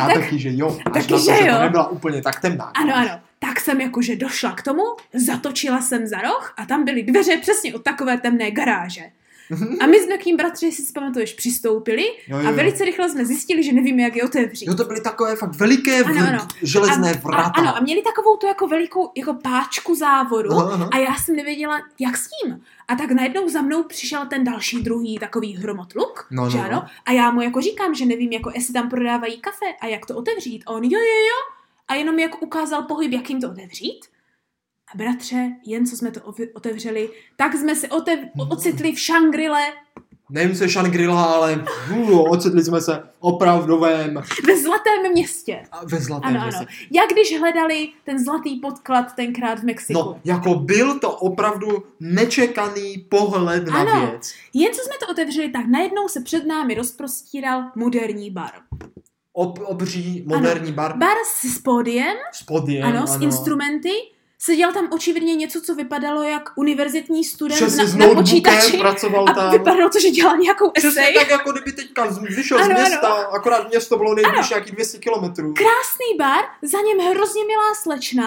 A: A,
B: tak-
A: taky, že jo. Až
B: taky,
A: na to,
B: že
A: že
B: jo.
A: to nebyla úplně tak temná.
B: Ano, ano. Tak jsem jakože došla k tomu, zatočila jsem za roh a tam byly dveře přesně od takové temné garáže. A my jsme k ním, bratři, jestli si pamatuješ, přistoupili
A: Jo, jo,
B: a
A: jo.
B: velice rychle jsme zjistili, že nevíme, jak je otevřít.
A: Jo, to byly takové fakt veliké
B: Ano,
A: vl-
B: ano.
A: železné
B: a, a,
A: vrata.
B: ano, a měli takovou tu jako velikou jako páčku závodu
A: Aha, aha.
B: a já jsem nevěděla, jak s tím. A tak najednou za mnou přišel ten další druhý takový hromotluk,
A: No, no,
B: že
A: no.
B: ano? A já mu jako říkám, že nevím, jako jestli tam prodávají kafe a jak to otevřít. A on jo, jo, jo. A jenom jako ukázal pohyb, jak jim to otevřít. A bratře, jen co jsme to ovi- otevřeli, tak jsme se otev-
A: No.
B: ocitli v šangrile
A: Nevím, co je Shangri-La, ale uh, ocitli jsme se opravdovém
B: ve zlatém městě.
A: a ve zlatém
B: Ano, ano.
A: městě.
B: Jak když hledali ten zlatý podklad tenkrát v Mexiku.
A: No, jako byl to opravdu nečekaný pohled na
B: Ano.
A: věc.
B: Jen co jsme to otevřeli, tak najednou se před námi rozprostíral moderní bar.
A: Ob, obří moderní ano. bar
B: Bar s pódiem,
A: s podjem.
B: ano, s instrumenty. Seděl tam očividně něco, co vypadalo jak univerzitní student
A: Přesně s
B: na, na počítači.
A: notebookem pracoval
B: A
A: tam.
B: vypadalo to, že dělá nějakou
A: Přesně
B: esej.
A: tak, jako kdyby teďka z- vyšel
B: Ano,
A: z
B: ano.
A: města, akorát město bylo nejbliž nějakých 200 kilometrů.
B: Krásný bar, za něm hrozně milá slečna.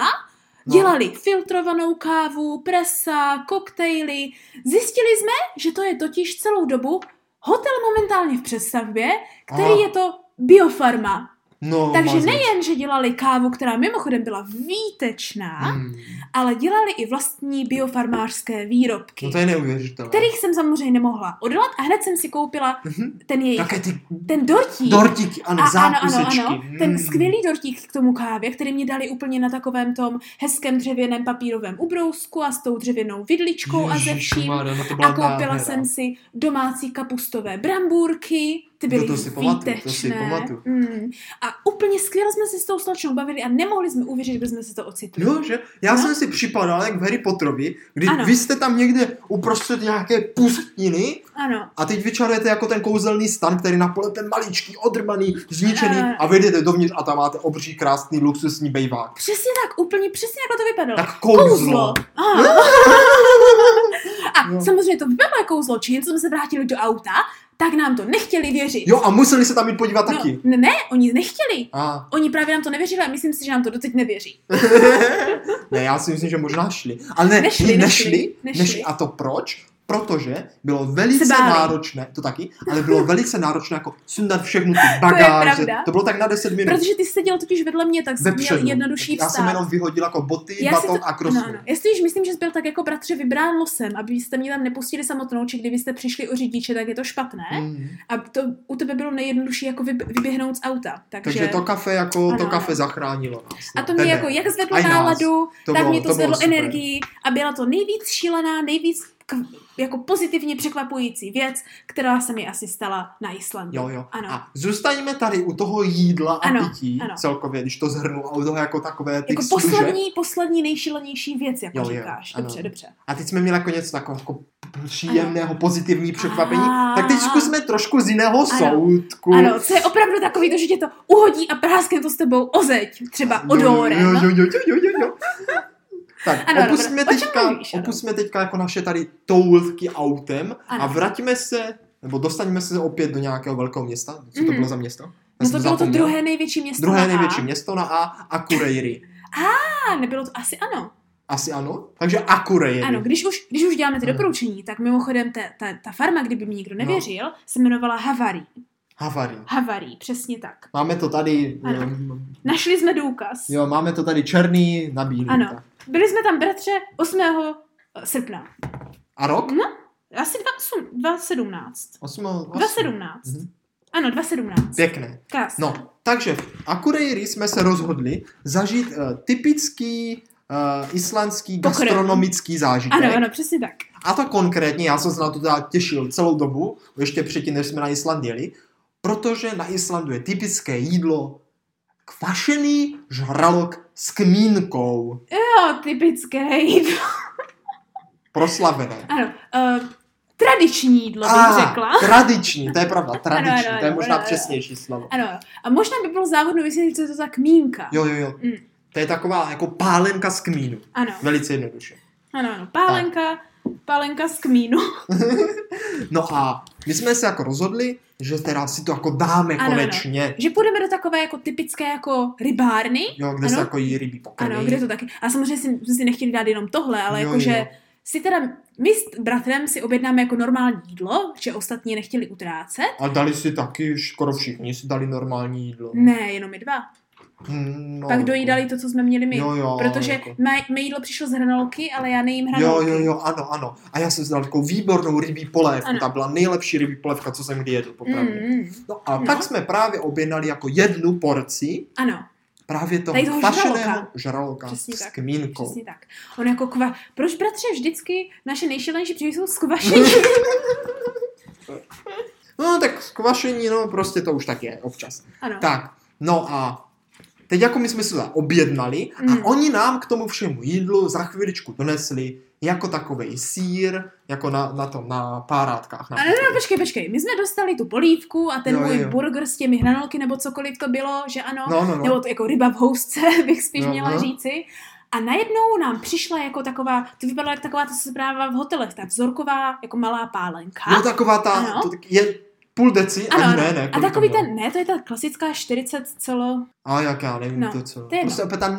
A: No.
B: Dělali filtrovanou kávu, presa, koktejly. Zjistili jsme, že to je totiž celou dobu hotel momentálně v přestavbě, který
A: Aha.
B: je to biofarma.
A: No,
B: Takže
A: má zbyt.
B: nejen, že dělali kávu, která mimochodem byla výtečná,
A: Hmm.
B: ale dělali i vlastní biofarmářské výrobky,
A: No to je neuvěřitelné.
B: kterých jsem samozřejmě nemohla odolovat a hned jsem si koupila
A: Mhm.
B: ten jejich,
A: Také ty
B: ten dortík.
A: dortíky, ano,
B: A ano, ano,
A: zákusečky.
B: ano,
A: Mm.
B: ten skvělý dortík k tomu kávě, který mě dali úplně na takovém tom hezkém dřevěném papírovém ubrousku a s tou dřevěnou vidličkou a ze vším.
A: Ježišmarja, no to byla
B: A koupila
A: nádhera.
B: jsem si domácí kapustové brambůrky, ty byly
A: No to si pamatuju, to si
B: výtečné.
A: pamatuju.
B: mm. A úplně skvěle jsme si s tou slečnou bavili a nemohli jsme uvěřit, kde jsme se to ocitli.
A: Jo, že? Já
B: No.
A: jsem si připadal jak v Harry Potterovi, kdy ano.
B: Ano.
A: vy jste tam někde uprostřed nějaké pustiny
B: Ano,
A: a teď vyčarujete jako ten kouzelný stan, který na pole ten maličký, odrbaný, zničený
B: Ano.
A: a vyjdete dovnitř a tam máte obří, krásný, luxusní bejvák.
B: přesně tak, úplně přesně jako to vypadalo.
A: Tak kouzlo.
B: Aha. A
A: Jo.
B: samozřejmě to vypadalo jako kouzlo, čím jsme se vrátili do auta, tak nám to nechtěli věřit.
A: Jo, a museli se tam jít podívat
B: no,
A: taky.
B: ne, ne, oni nechtěli.
A: A.
B: Oni právě nám to nevěřili a myslím si, že nám to doteď nevěří.
A: ne, já si myslím, že možná šli. Ale ne,
B: Nešli,
A: nešli,
B: nešli,
A: nešli.
B: nešli.
A: nešli. A to proč? Protože bylo velice
B: Se báli.
A: náročné, to taky, ale bylo velice náročné jako sundat všechnu tu bagáže.
B: pravda.
A: to bylo tak na 10 minut.
B: Protože ty jsi seděl totiž vedle mě, tak jsi měl
A: Vepředu.
B: jednodušší
A: Já
B: vstát.
A: jsem jenom vyhodil jako boty,
B: Já si
A: baton a krosku.
B: Ano, ano. Já si totiž no. myslím, že jsi byl tak jako bratře vybrán losem, abyste mě tam nepustili samotnou, či kdybyste přišli o řidiče, tak je to špatné.
A: Mm.
B: A to u tebe bylo nejjednodušší jako vyb- vyběhnout z auta. Takže,
A: Takže to kafe jako
B: Ano,
A: to
B: ano.
A: kafe zachránilo nás.
B: a to
A: no,
B: mě
A: tebe.
B: jako jak zvedlo
A: Aj nás.
B: náladu, tak
A: bylo-
B: mě to,
A: bylo
B: zvedlo
A: super.
B: energii a byla to nejvíc šílená, nejvíc k- jako pozitivně překvapující věc, která se mi asi stala na Islandu.
A: Jo, jo.
B: Ano.
A: A zůstaňme tady u toho jídla a
B: Ano,
A: pití
B: ano.
A: celkově, když to zhrnu, a u toho jako takové ty
B: Jako poslední, poslední nejšilenější věc, jako
A: Jo,
B: jo,
A: jo,
B: říkáš.
A: ano.
B: Dobře, dobře.
A: A teď jsme měli jako něco takového jako příjemného, pozitivní překvapení.
B: A.
A: Tak teď zkusme trošku z jiného
B: Ah. Ano.
A: soudku.
B: Ano, co je opravdu takový to, že tě to uhodí a práskne to s tebou o zeď, třeba No
A: Jo,
B: odorem.
A: jo, jo, jo, jo, jo, jo. Tak,
B: Ano,
A: ano,
B: ano,
A: opusme,
B: o čem
A: teďka,
B: mluvíš, ano?
A: opusme teďka jako naše tady toulky autem
B: Ano.
A: a vraťme se, nebo dostaňme se opět do nějakého velkého města. Co to
B: Mhm.
A: bylo za město? Já
B: No to
A: jsem
B: bylo to
A: zapomněl.
B: druhé největší město
A: druhé
B: na
A: největší
B: A.
A: město na A, Akureyri.
B: A nebylo to asi ano.
A: Asi ano? Takže Akureyri.
B: Ano, když už, když už děláme ty
A: Ano.
B: doporučení, tak mimochodem ta, ta, ta farma, kdyby mi nikdo nevěřil, no. se jmenovala Havari.
A: Havari.
B: Havari, přesně tak.
A: Máme to tady,
B: Ano.
A: um,
B: Našli jsme důkaz.
A: jo, máme to tady černý na bílý.
B: Ano.
A: tak.
B: Byli jsme tam bratře 8. srpna.
A: A rok?
B: Asi 28 2017.
A: Osm, osm.
B: 2017.
A: Mhm.
B: Ano, 2017.
A: Pěkné.
B: Krásně.
A: No, takže v Akureyri jsme se rozhodli zažít uh, typický uh, islandský
B: Pokrm.
A: gastronomický zážitek.
B: Ano, ano, přesně tak.
A: A to konkrétně, já jsem se na to teda těšil celou dobu, ještě předtím, než jsme na Island jeli, protože na Islandu je typické jídlo kvašený žralok s kmínkou.
B: Jo, typické jídlo.
A: Proslavené.
B: Ano, uh, tradiční jídlo bych
A: Ah,
B: řekla.
A: tradiční, to je pravda,
B: Ano,
A: tradiční,
B: ano,
A: to je
B: ano,
A: možná
B: ano, Mm. ano.
A: přesnější slovo.
B: Ano, a možná by bylo záhodno vysvětlit, co je to za kmínka.
A: Jo, jo, jo.
B: Mm.
A: To je taková jako pálenka z kmínu.
B: Ano,
A: Velice jednoduše.
B: ano, ano, pálenka, pálenka z kmínu.
A: No a my jsme se jako rozhodli, že teda si to jako dáme ano,
B: Ano, ano.
A: konečně. Ano.
B: Že půjdeme do takové jako typické jako rybárny.
A: Jo, kde ano.
B: Ano.
A: se jako jí rybí pokrmy.
B: Ano, kde to taky. A samozřejmě si- jsme si nechtěli dát jenom tohle, ale
A: Jo, jo.
B: jakože si teda my s bratrem si objednáme jako normální jídlo, že ostatní nechtěli utrácet.
A: A dali si taky, skoro všichni si dali normální jídlo.
B: Ne, jenom my dva.
A: Hmm, No,
B: Pak
A: jako-
B: dojídali to, co jsme měli my.
A: Jo, jo,
B: Protože
A: jako.
B: mé, mé jídlo přišlo z hranolky, ale já nejím
A: Jo,
B: hranolky.
A: jo, jo, ano, ano. A já jsem si dal takovou výbornou rybí polévku.
B: Ano.
A: Ta byla nejlepší rybí polévka, co jsem kdy jedl, popravdě. Mm.
B: Mm,
A: No a no.
B: No.
A: pak jsme právě objednali jako jednu porci
B: ano,
A: právě toho,
B: Tady toho
A: fašeného žraloka,
B: žraloka.
A: s
B: Přesně tak,
A: kmínkou.
B: přesně tak. On jako kva... Proč, bratře, vždycky naše nejšílenější příběhy jsou skvašení?
A: No tak kvašení, no prostě to už tak je občas.
B: ano.
A: Tak, no a teď jako my jsme se to objednali a
B: Mm.
A: oni nám k tomu všemu jídlu za chviličku donesli jako takovej sír, jako na, na tom, na párátkách. Na
B: A ne, ne, no, počkej, počkej, my jsme dostali tu polívku a ten
A: Jo,
B: jo, můj
A: jo.
B: jo. burger s těmi hranolky nebo cokoliv to bylo, že ano,
A: no, no, no.
B: nebo to jako ryba v housce, bych spíš
A: Jo,
B: jo, měla
A: no.
B: říci. A najednou nám přišla jako taková, to vypadalo jak taková ta zpráva v hotelech, ta vzorková jako malá pálenka.
A: No taková ta,
B: Ano.
A: to, tak je půl deci,
B: ano,
A: ani
B: ano.
A: ne, ne.
B: a
A: kolik to
B: takový
A: bylo.
B: ten, ne, to je ta klasická 40 celo,
A: A jak já nevím no,
B: No,
A: to co.
B: to je
A: Prostě opět tam,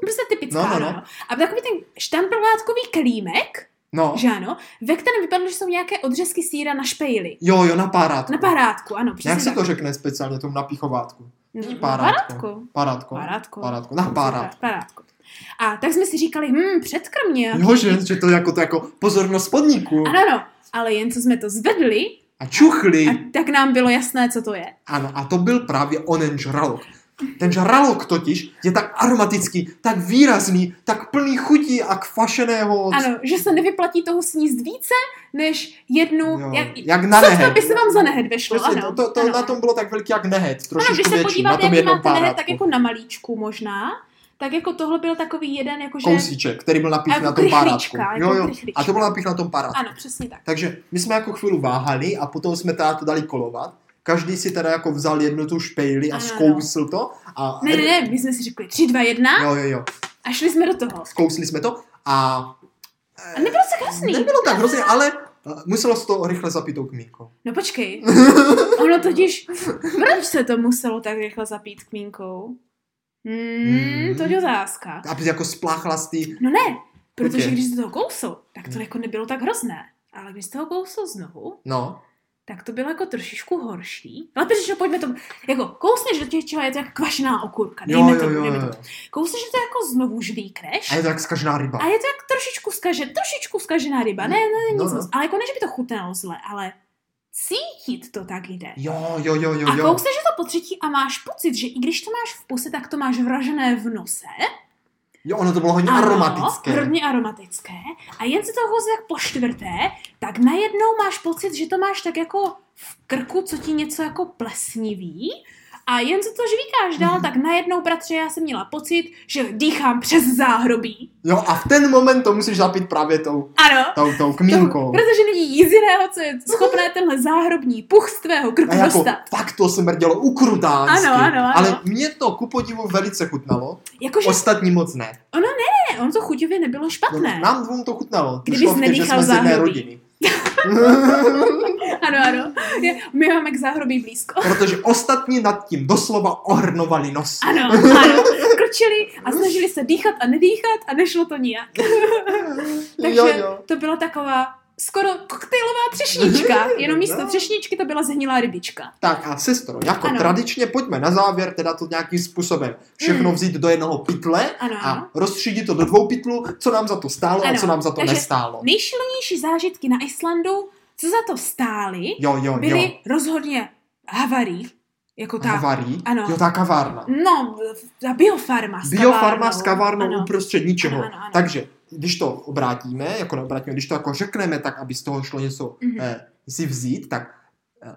B: prostě typická,
A: No,
B: no,
A: no, no.
B: A takový ten štamprlátkový kelímek,
A: no.
B: že ano, ve kterém vypadlo, že jsou nějaké odřezky síra na špejli.
A: Jo, jo, na párátku.
B: Na parádku, ano, přesně
A: Jak se
B: tak. No.
A: to řekne speciálně tomu napíchovátku? Parátko. Parátko.
B: Parátko.
A: Parátko. Na párát.
B: Parátko. A tak jsme si říkali, hm, předkrmě.
A: Jo, že, že to jako to jako pozornost podniku.
B: Ano, no, ale jen co jsme to zvedli,
A: A čuchli.
B: a tak nám bylo jasné, co to je.
A: Ano, a to byl právě onen žralok. Ten žralok totiž je tak aromatický, tak výrazný, tak plný chutí a kvašeného...
B: Ano, že se nevyplatí toho sníst více, než jednu...
A: Jo,
B: no, jak,
A: jak na
B: co třeba
A: nehet.
B: by se vám za nehet vešlo,
A: Přesně,
B: ano.
A: to, to, to
B: ano.
A: na tom bylo tak velký jak nehet,
B: ano,
A: trošičku
B: když se
A: větší, na
B: podíváte,
A: tom
B: jaký
A: jednom
B: máte nehet, tak
A: párátku.
B: jako na malíčku možná, tak jako tohle byl takový jeden, jako jakože...
A: Kousíček, který byl napích
B: Jako
A: na tom párátku.
B: krychlička, jako
A: Jo, jo,
B: krychlička.
A: a to byl napích na tom párátku.
B: Ano, přesně tak.
A: Takže my jsme jako chvíli váhali a potom jsme teda to dali kolovat. Každý si teda jako vzal jednu tu špejli a
B: Ano,
A: zkousl to. A
B: Ne, ne, ne, my jsme si řekli 3, 2, 1
A: Jo, jo, jo.
B: a šli jsme do toho.
A: Zkousli jsme to a
B: A nebylo to tak hrozný.
A: nebylo tak hrozně, ale eh, muselo se to rychle zapít tou kmínkou.
B: No počkej. Ono totiž, proč se to muselo tak rychle zapít kmínkou? Hmm, to je otázka.
A: Aby jako spláchla z té...
B: No ne, protože
A: Ok. Hmm.
B: když jsi toho kousl, tak to jako nebylo tak hrozné. Ale když jsi toho kousl znovu,
A: No,
B: tak to bylo jako trošišku horší. Ale protože pojďme to, jako kousneš do těch čeho, je to jako kvašená okurka.
A: jo,
B: Dejme to,
A: jo, jo,
B: dejme
A: jo.
B: To. Kousneš že to jako znovu žvíkneš.
A: A je to jak zkažená ryba.
B: A je to jak trošičku, zkaže, trošičku zkažená ryba. Ne, ne,
A: No,
B: nic
A: no.
B: moc. Ale jako ne, že by to chutnalo zle, ale cítit to tak jde.
A: Jo, jo, jo, jo,
B: A
A: jo.
B: kousneš že to po třetí a máš pocit, že i když to máš v puse, tak to máš vražené v nose.
A: Jo, ono to bylo hodně
B: Ano,
A: aromatické.
B: Hodně aromatické. A jen si to kousne tak po čtvrté, tak najednou máš pocit, že to máš tak jako v krku, co ti něco jako plesniví. A jen co to žvíkáš
A: Mhm.
B: dál, tak najednou, bratře, já jsem měla pocit, že dýchám přes záhrobí.
A: Jo, a v ten moment to musíš zapít právě tou,
B: Ano.
A: tou, tou
B: To,
A: kmínkou.
B: protože není nic jiného, co je schopné tenhle záhrobní puch z tvého krku
A: A jako
B: dostat.
A: fakt to smrdělo ukrutánsky.
B: Ano, ano, ano.
A: Ale mě to ku podivu velice chutnalo,
B: Jakože
A: ostatní moc ne.
B: Jako, ne, on to chuťově nebylo
A: No,
B: špatné.
A: Nám dvou to chutnalo.
B: Kdybys
A: Došlo k těm, že
B: nedýchal
A: jsme z jedné
B: záhrobí.
A: rodiny. no.
B: Ano, ano. Je- My máme k záhrobí blízko.
A: Protože ostatní nad tím doslova ohrnovali nos.
B: Ano, ano. Krčili a snažili se dýchat a nedýchat a nešlo to nijak. Takže
A: Jo, jo.
B: to byla taková skoro koktejlová třešnička. Jenom místo
A: No.
B: třešničky to byla zhnilá rybička.
A: Tak a sestro, jako
B: Ano.
A: ano. tradičně pojďme na závěr teda to nějakým způsobem všechno
B: Mm.
A: vzít do jednoho pytle
B: Ano.
A: a rozstřídit to do dvou pytlů, co nám za to stálo
B: Ano.
A: a co nám za to
B: Takže
A: nestálo.
B: Nejšilnější zážitky na Islandu, co za to stály,
A: Jo, jo, No, jo.
B: byly rozhodně havarí, jako ta...
A: Havarí?
B: Ano.
A: Jo, ta kavárna.
B: No, ta biofarma s
A: Biofarma s
B: Ano.
A: kavárnou uprostřed ničeho.
B: Ano, ano, ano.
A: Takže když to obrátíme, jako neobrátíme, když to jako řekneme tak, aby z toho šlo něco
B: Mhm.
A: eh, si vzít, tak eh,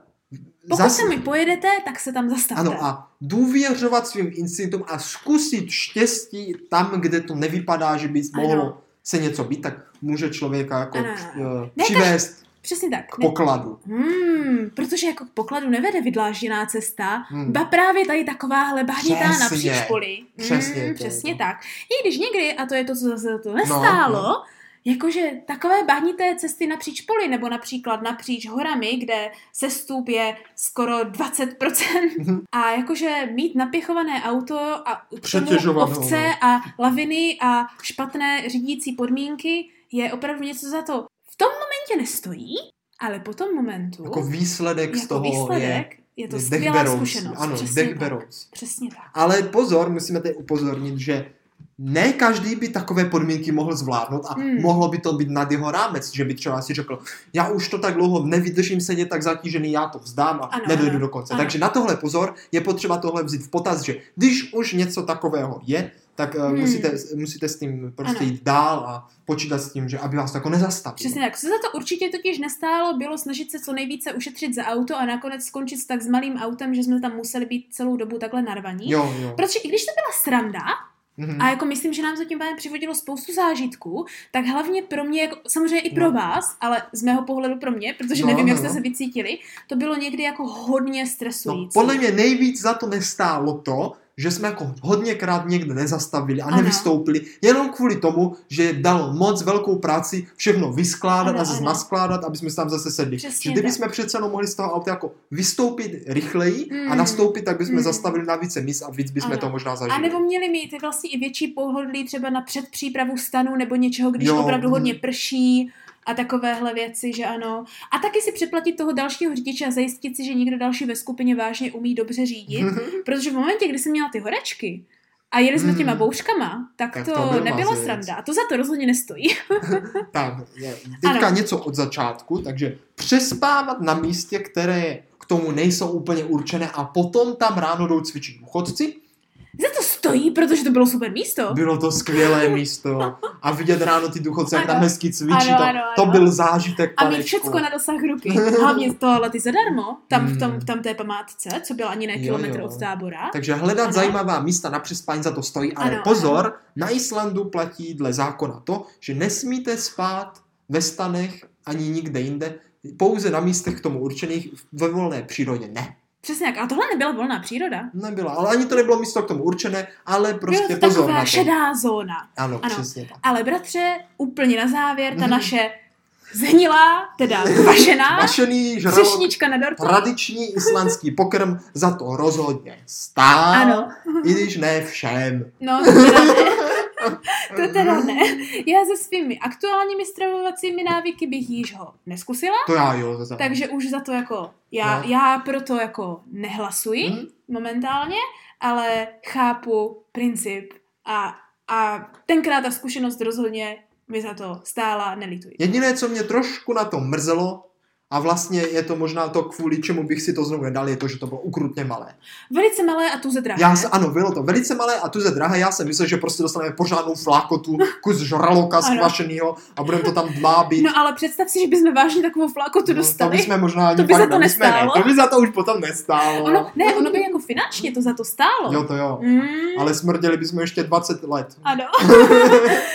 B: Pokud
A: zas-
B: se mi pojedete, tak se tam zastavte.
A: Ano, a důvěřovat svým instinktům a zkusit štěstí tam, kde to nevypadá, že by
B: Ano.
A: mohlo se něco být, tak může člověka jako
B: Ano.
A: uh,
B: Ne,
A: přivést
B: Přesně tak.
A: k pokladu.
B: Hmm, protože jako k pokladu nevede vydlážděná cesta,
A: Hmm.
B: ba právě tady takováhle bahnitá
A: Přesně.
B: napříč poli.
A: Přesně
B: Hmm,
A: to je
B: přesně
A: to.
B: tak. I když někdy, a to je to, co zase to nestálo,
A: No,
B: jakože takové bahnité cesty napříč poli, nebo například napříč horami, kde sestup je skoro 20%,
A: Mhm.
B: a jakože mít napěchované auto a k tomu
A: Přetěžované,
B: ovce
A: no.
B: a laviny a špatné řídící podmínky je opravdu něco za to. V tom momentě nestojí, ale po tom momentu
A: Jako výsledek z toho je,
B: výsledek je, je to
A: je
B: skvělá
A: dechberoucí.
B: zkušenost.
A: Ano,
B: přesně tak.
A: dechberouc.
B: Přesně tak.
A: Ale pozor, musíme tady upozornit, že ne každý by takové podmínky mohl zvládnout a
B: Hmm.
A: mohlo by to být nad jeho rámec, že by třeba si řekl, já už to tak dlouho nevydržím sedět tak zatížený, já to vzdám a
B: Ano,
A: ano, nedojdu
B: ano,
A: ano, do konce.
B: ano.
A: Ano. Takže na tohle pozor, je potřeba tohle vzít v potaz, že když už něco takového je, tak
B: Hmm.
A: hmm. musíte, musíte s tím prostě
B: Ano.
A: ano. jít dál a počítat s tím, že aby vás to jako nezastavilo.
B: Přesně tak. Co za to určitě totiž nestálo, bylo snažit se co nejvíce ušetřit za auto a nakonec skončit s tak s malým autem, že jsme tam museli být celou dobu takhle narvaní.
A: Jo, jo.
B: Protože i když to byla sranda,
A: Mhm.
B: a jako myslím, že nám zatím pádem přivodilo spoustu zážitků, tak hlavně pro mě, jako, samozřejmě i pro
A: No.
B: vás, ale z mého pohledu pro mě, protože
A: No,
B: nevím, jak
A: no.
B: jste se vycítili, to bylo někdy jako hodně
A: No,
B: stresující.
A: podle mě nejvíc za to nestálo to, že jsme jako hodněkrát někde nezastavili a
B: Ano.
A: nevystoupili, jenom kvůli tomu, že dalo moc velkou práci všechno vyskládat
B: Ano,
A: a zase
B: ano.
A: naskládat, aby jsme se tam zase sedli.
B: Přesně
A: že kdyby
B: tak.
A: jsme přece jenom mohli z toho auta jako vystoupit rychleji a
B: Mm.
A: nastoupit, tak bychom
B: Mm.
A: zastavili na více míst a víc bychom
B: Ano.
A: to možná zažili.
B: A nebo měli mít vlastně i větší pohodlí třeba na předpřípravu stanu nebo něčeho, když jo.
A: Jo.
B: opravdu hodně prší a takovéhle věci, že ano. A taky si přeplatit toho dalšího řidiče a zajistit si, že někdo další ve skupině vážně umí dobře
A: Mhm.
B: řídit, protože v momentě, kdy jsem měla ty horečky, a jeli jsme
A: Hmm.
B: těma bouřkama, tak,
A: Tak
B: to,
A: to byla
B: nebyla
A: věc.
B: sranda. A to za to rozhodně nestojí.
A: Tak, je- teďka
B: Ano.
A: něco od začátku, takže přespávat na místě, které k tomu nejsou úplně určené a potom tam ráno jdou cvičit důchodci.
B: Za to stojí, protože to bylo super místo.
A: Bylo to skvělé místo a vidět ráno ty důchodce, jak
B: Ano.
A: tam hezky cvičí,
B: Ano,
A: to,
B: ano,
A: to
B: ano.
A: byl zážitek,
B: A mít
A: panečku.
B: všecko na dosah ruky. Hlavně toalety zadarmo, tam v, tom,
A: Hmm.
B: v tam té památce, co byla ani ne
A: Jo,
B: kilometr
A: jo.
B: od tábora.
A: Takže hledat
B: Ano.
A: zajímavá místa na přespání za to stojí, ale
B: Ano,
A: pozor, na Islandu platí dle zákona to, že nesmíte spát ve stanech ani nikde jinde, pouze na místech k tomu určených ve volné přírodě ne.
B: Přesně jak. A tohle nebyla volná příroda.
A: Nebylo, ale ani to nebylo místo k tomu určené, ale prostě
B: Byla to
A: pozor
B: taková
A: na to.
B: šedá zóna.
A: Ano,
B: Ano.
A: přesně tak.
B: Ale bratře, úplně na závěr, ta
A: Mhm.
B: naše zhnilá, teda vašená,
A: Vašený žralok,
B: třešnička na dortu.
A: tradiční islandský pokrm za to rozhodně stál,
B: Ano,
A: i když ne všem.
B: no to teda ne. To teda ne. Já se svými aktuálními stravovacími návyky bych již ho neskusila,
A: To já jo, to za-
B: takže už za to jako, já,
A: No.
B: já proto jako nehlasuji
A: Hm?
B: momentálně, ale chápu princip a, a tenkrát ta zkušenost rozhodně mi za to stála, nelituji.
A: Jediné, co mě trošku na tom mrzelo, a vlastně je to možná to, kvůli čemu bych si to znovu nedal, je to, že to bylo ukrutně malé.
B: Velice malé a tuze drahé.
A: Já se, ano, bylo to velice malé a tuze drahé. Já jsem myslel, že prostě dostaneme pořádnou flákotu, kus žraloka
B: Ano.
A: skvašenýho a budeme to tam dlábit.
B: No ale představ si, že bychom vážně takovou flákotu
A: No, to
B: dostali.
A: by jsme možná ani
B: To by
A: pak-
B: za to
A: by jsme-
B: nestálo?
A: Ne, to by za to už potom nestálo.
B: Ono, ne, ono by jako finančně to za to stálo.
A: Jo, to jo.
B: Mm,
A: Ale smrděli bychom ještě 20 let.
B: Ano.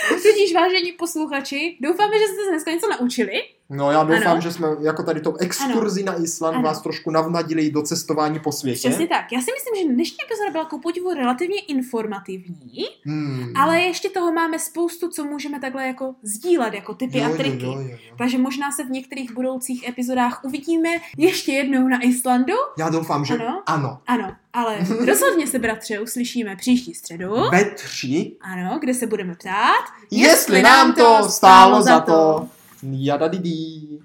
B: Tudíž vážení posluchači, doufáme, že jste se dneska něco naučili.
A: No, já doufám,
B: Ano.
A: že jsme jako tady tou exkurzi na Island
B: Ano.
A: vás trošku navnadili do cestování po světě.
B: Přesně tak. Já si myslím, že dnešní epizoda byla ku podivu relativně informativní,
A: Hmm.
B: ale ještě toho máme spoustu, co můžeme takhle jako sdílet, jako typy a triky.
A: jo, jo.
B: Takže možná se v některých budoucích epizodách uvidíme ještě jednou na Islandu.
A: Já doufám, že ano.
B: Ano.
A: ano.
B: Ano, ale rozhodně se, bratře, uslyšíme příští středu.
A: Ve tři,
B: Ano, kde se budeme ptát.
A: jestli nám to stálo za to. Jadadidí.